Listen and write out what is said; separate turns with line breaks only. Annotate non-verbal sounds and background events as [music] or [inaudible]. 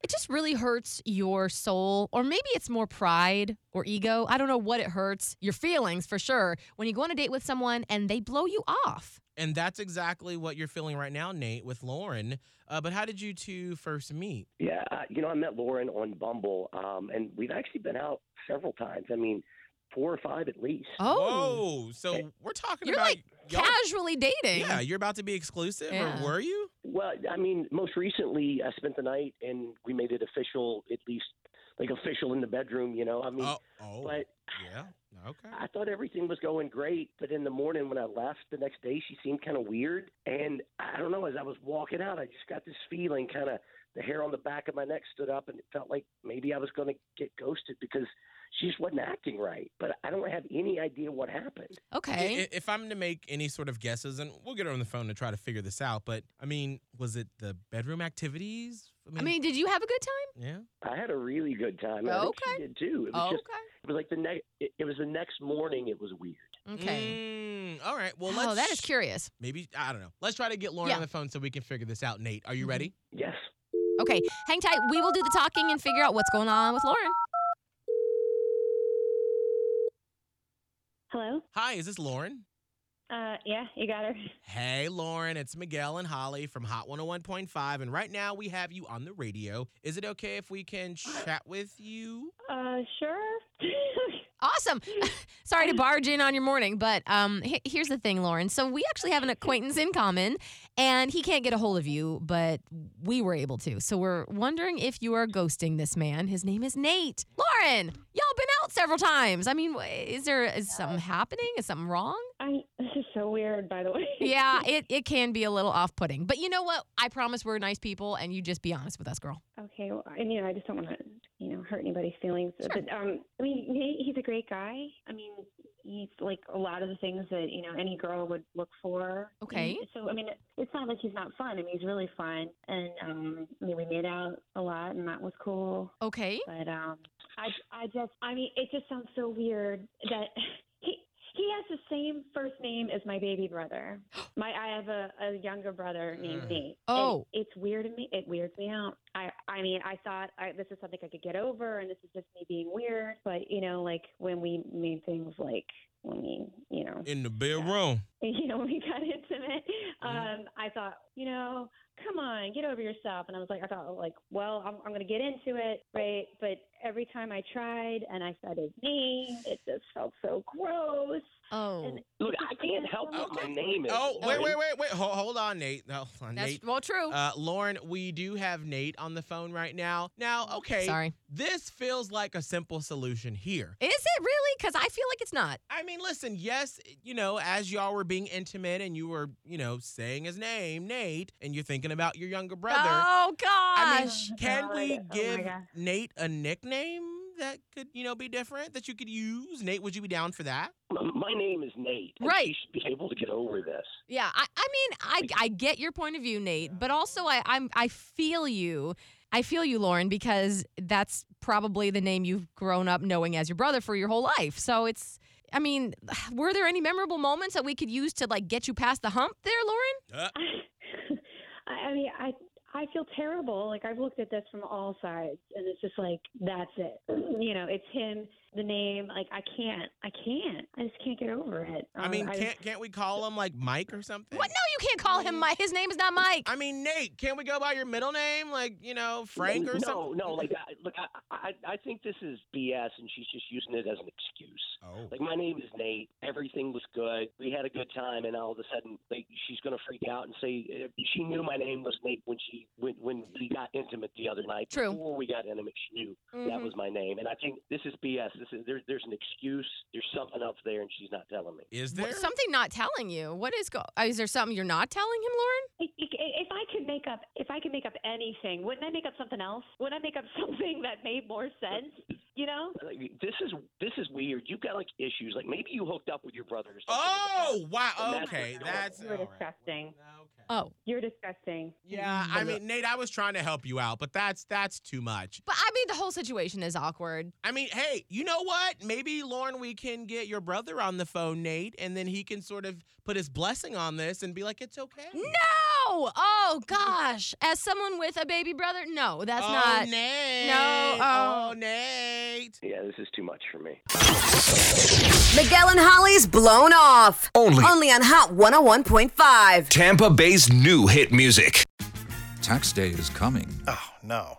It just really hurts your soul, or maybe it's more pride or ego. I don't know what it hurts, your feelings for sure, when you go on a date with someone and they blow you off.
And that's exactly what you're feeling right now, Nate, with Lauren. Uh, but how did you two first meet?
Yeah, uh, you know, I met Lauren on Bumble, um, and we've actually been out several times. I mean, four or five at least.
Oh,
Whoa, so we're talking
You're
about
like
y'all-
Oh, casually dating.
Yeah, you're about to be exclusive,
Yeah.
or were you?
Well, I mean, most recently I spent the night, and we made it official, at least like official in the bedroom. You know, I mean,
Oh, oh,
but
yeah, okay.
I thought everything was going great, but in the morning when I left the next day, she seemed kind of weird. And I don't know, as I was walking out, I just got this feeling kind of the hair on the back of my neck stood up, and it felt like maybe I was going to get ghosted because she just wasn't acting right. But I don't have any idea what happened.
Okay.
I- i- If I'm to make any sort of guesses, and we'll get her on the phone to try to figure this out, but I mean, was it the bedroom activities?
I mean, did you have a good time?
yeah.
I had a really good time. and I think
Okay.
she did too. It was just,
okay.
Oh.
it was like the next, it, it was the next morning. It was weird.
Okay.
Mm, all right. Well, let's.
oh, that is curious.
Maybe I don't know. Let's try to get Lauren
Yeah.
on the phone so we can figure this out. Nate, are you
Mhm.
ready?
Yes.
Okay, hang tight. We will do the talking and figure out what's going on with Lauren.
Hello.
Hi, is this Lauren?
Uh, yeah, you got her.
Hey, Lauren, it's Miguel and Holly from Hot 101.5, and right now we have you on the radio. Is it okay if we can chat with you?
Uh, sure. [laughs]
[laughs] Awesome. Sorry to barge in on your morning, but um, he- here's the thing, Lauren. So we actually have an acquaintance in common, and he can't get a hold of you, but we were able to. So we're wondering if you are ghosting this man. His name is Nate. Lauren, y'all been out several times. I mean, wh- is there is something happening? Is something wrong?
I. This is so weird, by the way.
Yeah, it, it can be a little off putting, but you know what? I promise we're nice people, and you just be honest with us, girl.
[laughs] Okay. Well, and you know, I just don't want to, you know, hurt anybody's feelings.
Sure.
But um, I mean, he, he's a great guy. I mean, he's like a lot of the things that you know any girl would look for.
Okay.
And so I mean, it's not like he's not fun. I mean, he's really fun, and um, I mean, we made out a lot, and that was cool.
Okay.
But um, I, I just, I mean, it just sounds so weird that [laughs] he, he has the same first name as my baby brother. My, I have a, a younger brother named
Mm.
Nate. And
Oh.
it's weird to me. It weirds me out. I, I mean, I thought I, this is something I could get over, and this is just me being weird. But you know, like when we made things like when we, you know,
In the bedroom.
[laughs] you know, when we got intimate, um,
Mm-hmm.
Mhm.
I thought, you know, come on, get over yourself. And I was like, I thought, like, well, I'm, I'm going to get into it, right? But every time I tried and I said his name, it just felt so gross.
Oh,
Look, I can't help what my
Okay.
name is.
Oh, wait,
Lauren.
wait, wait, wait. Hold, hold on, Nate. Hold on,
that's
Nate.
well true.
Uh, Lauren, we do have Nate on the phone right now. Now, okay,
Sorry.
this feels like a simple solution here.
Is it really? Because I feel like it's not.
I mean, listen, yes, you know, as y'all were being intimate and you were, you know, saying his name, Nate, and you're thinking about your younger brother.
Oh gosh.
I mean,
gosh.
can
Oh,
we
God. Oh, my
give
God.
Nate a nickname that could, you know, be different that you could use? Nate, would you be down for that?
M- My name is Nate. and
Right.
You should be able to get over this.
yeah, I, I mean, I, I get your point of view, Nate, but also I I'm, I feel you. I feel you, Lauren, because that's probably the name you've grown up knowing as your brother for your whole life. So it's, I mean, [sighs] were there any memorable moments that we could use to like get you past the hump there, Lauren?
I, [laughs] I mean, I. I feel terrible. Like I've looked at this from all sides, and it's just like that's it. [clears throat] You know, it's him, the name. Like I can't, I can't. I just can't get over it.
I
Um,
mean,
was-
can't can't we call him like Mike or something?
What? No, you can't call him Mike. His name is not Mike.
I mean, Nate, can't we go by your middle name, like you know, Frank or
no,
something?
No, like, I, look, I, I, I think this is BS, and she's just using it as an excuse.
Oh.
Like, my name is Nate. Everything was good. We had a good time, and all of a sudden, like, she's gonna freak out and say uh, she knew my name was Nate when she when when we got intimate the other night.
True.
Before we got intimate, she knew
Mhm.
that was my name, and I think this is BS. this is, there, there's an excuse. There's something up there, and she's not telling me.
Is
What-
there?
something not telling you. What is go? Is there something you're not telling him, Lauren?
I- I- If I could make up, if I could make up anything, wouldn't I make up something else? Wouldn't I make up [laughs] something that made more sense? You know?
Like, this is this is weird. You've got like issues. Like maybe you hooked up with your brother. Or something
oh
And
wow.
that's
Okay,
what you're
that's
doing. You're
all right.
disgusting.
Okay.
Oh,
You're disgusting.
Yeah, I mean, Nate, I was trying to help you out, but that's that's too much.
but I mean, the whole situation is awkward.
I mean, hey, you know what? Maybe Lauren, we can get your brother on the phone, Nate, and then he can sort of put his blessing on this and be like, "It's okay."
Mm, No! Oh gosh! As someone with a baby brother, no, that's
oh,
not.
Nate.
No,
Oh,
oh.
Nate.
Yeah, this is too much for me.
Miguel and Holly's Blown Off.
Only.
Only on Hot 101.5.
Tampa Bay's new hit music.
Tax day is coming.
Oh, no.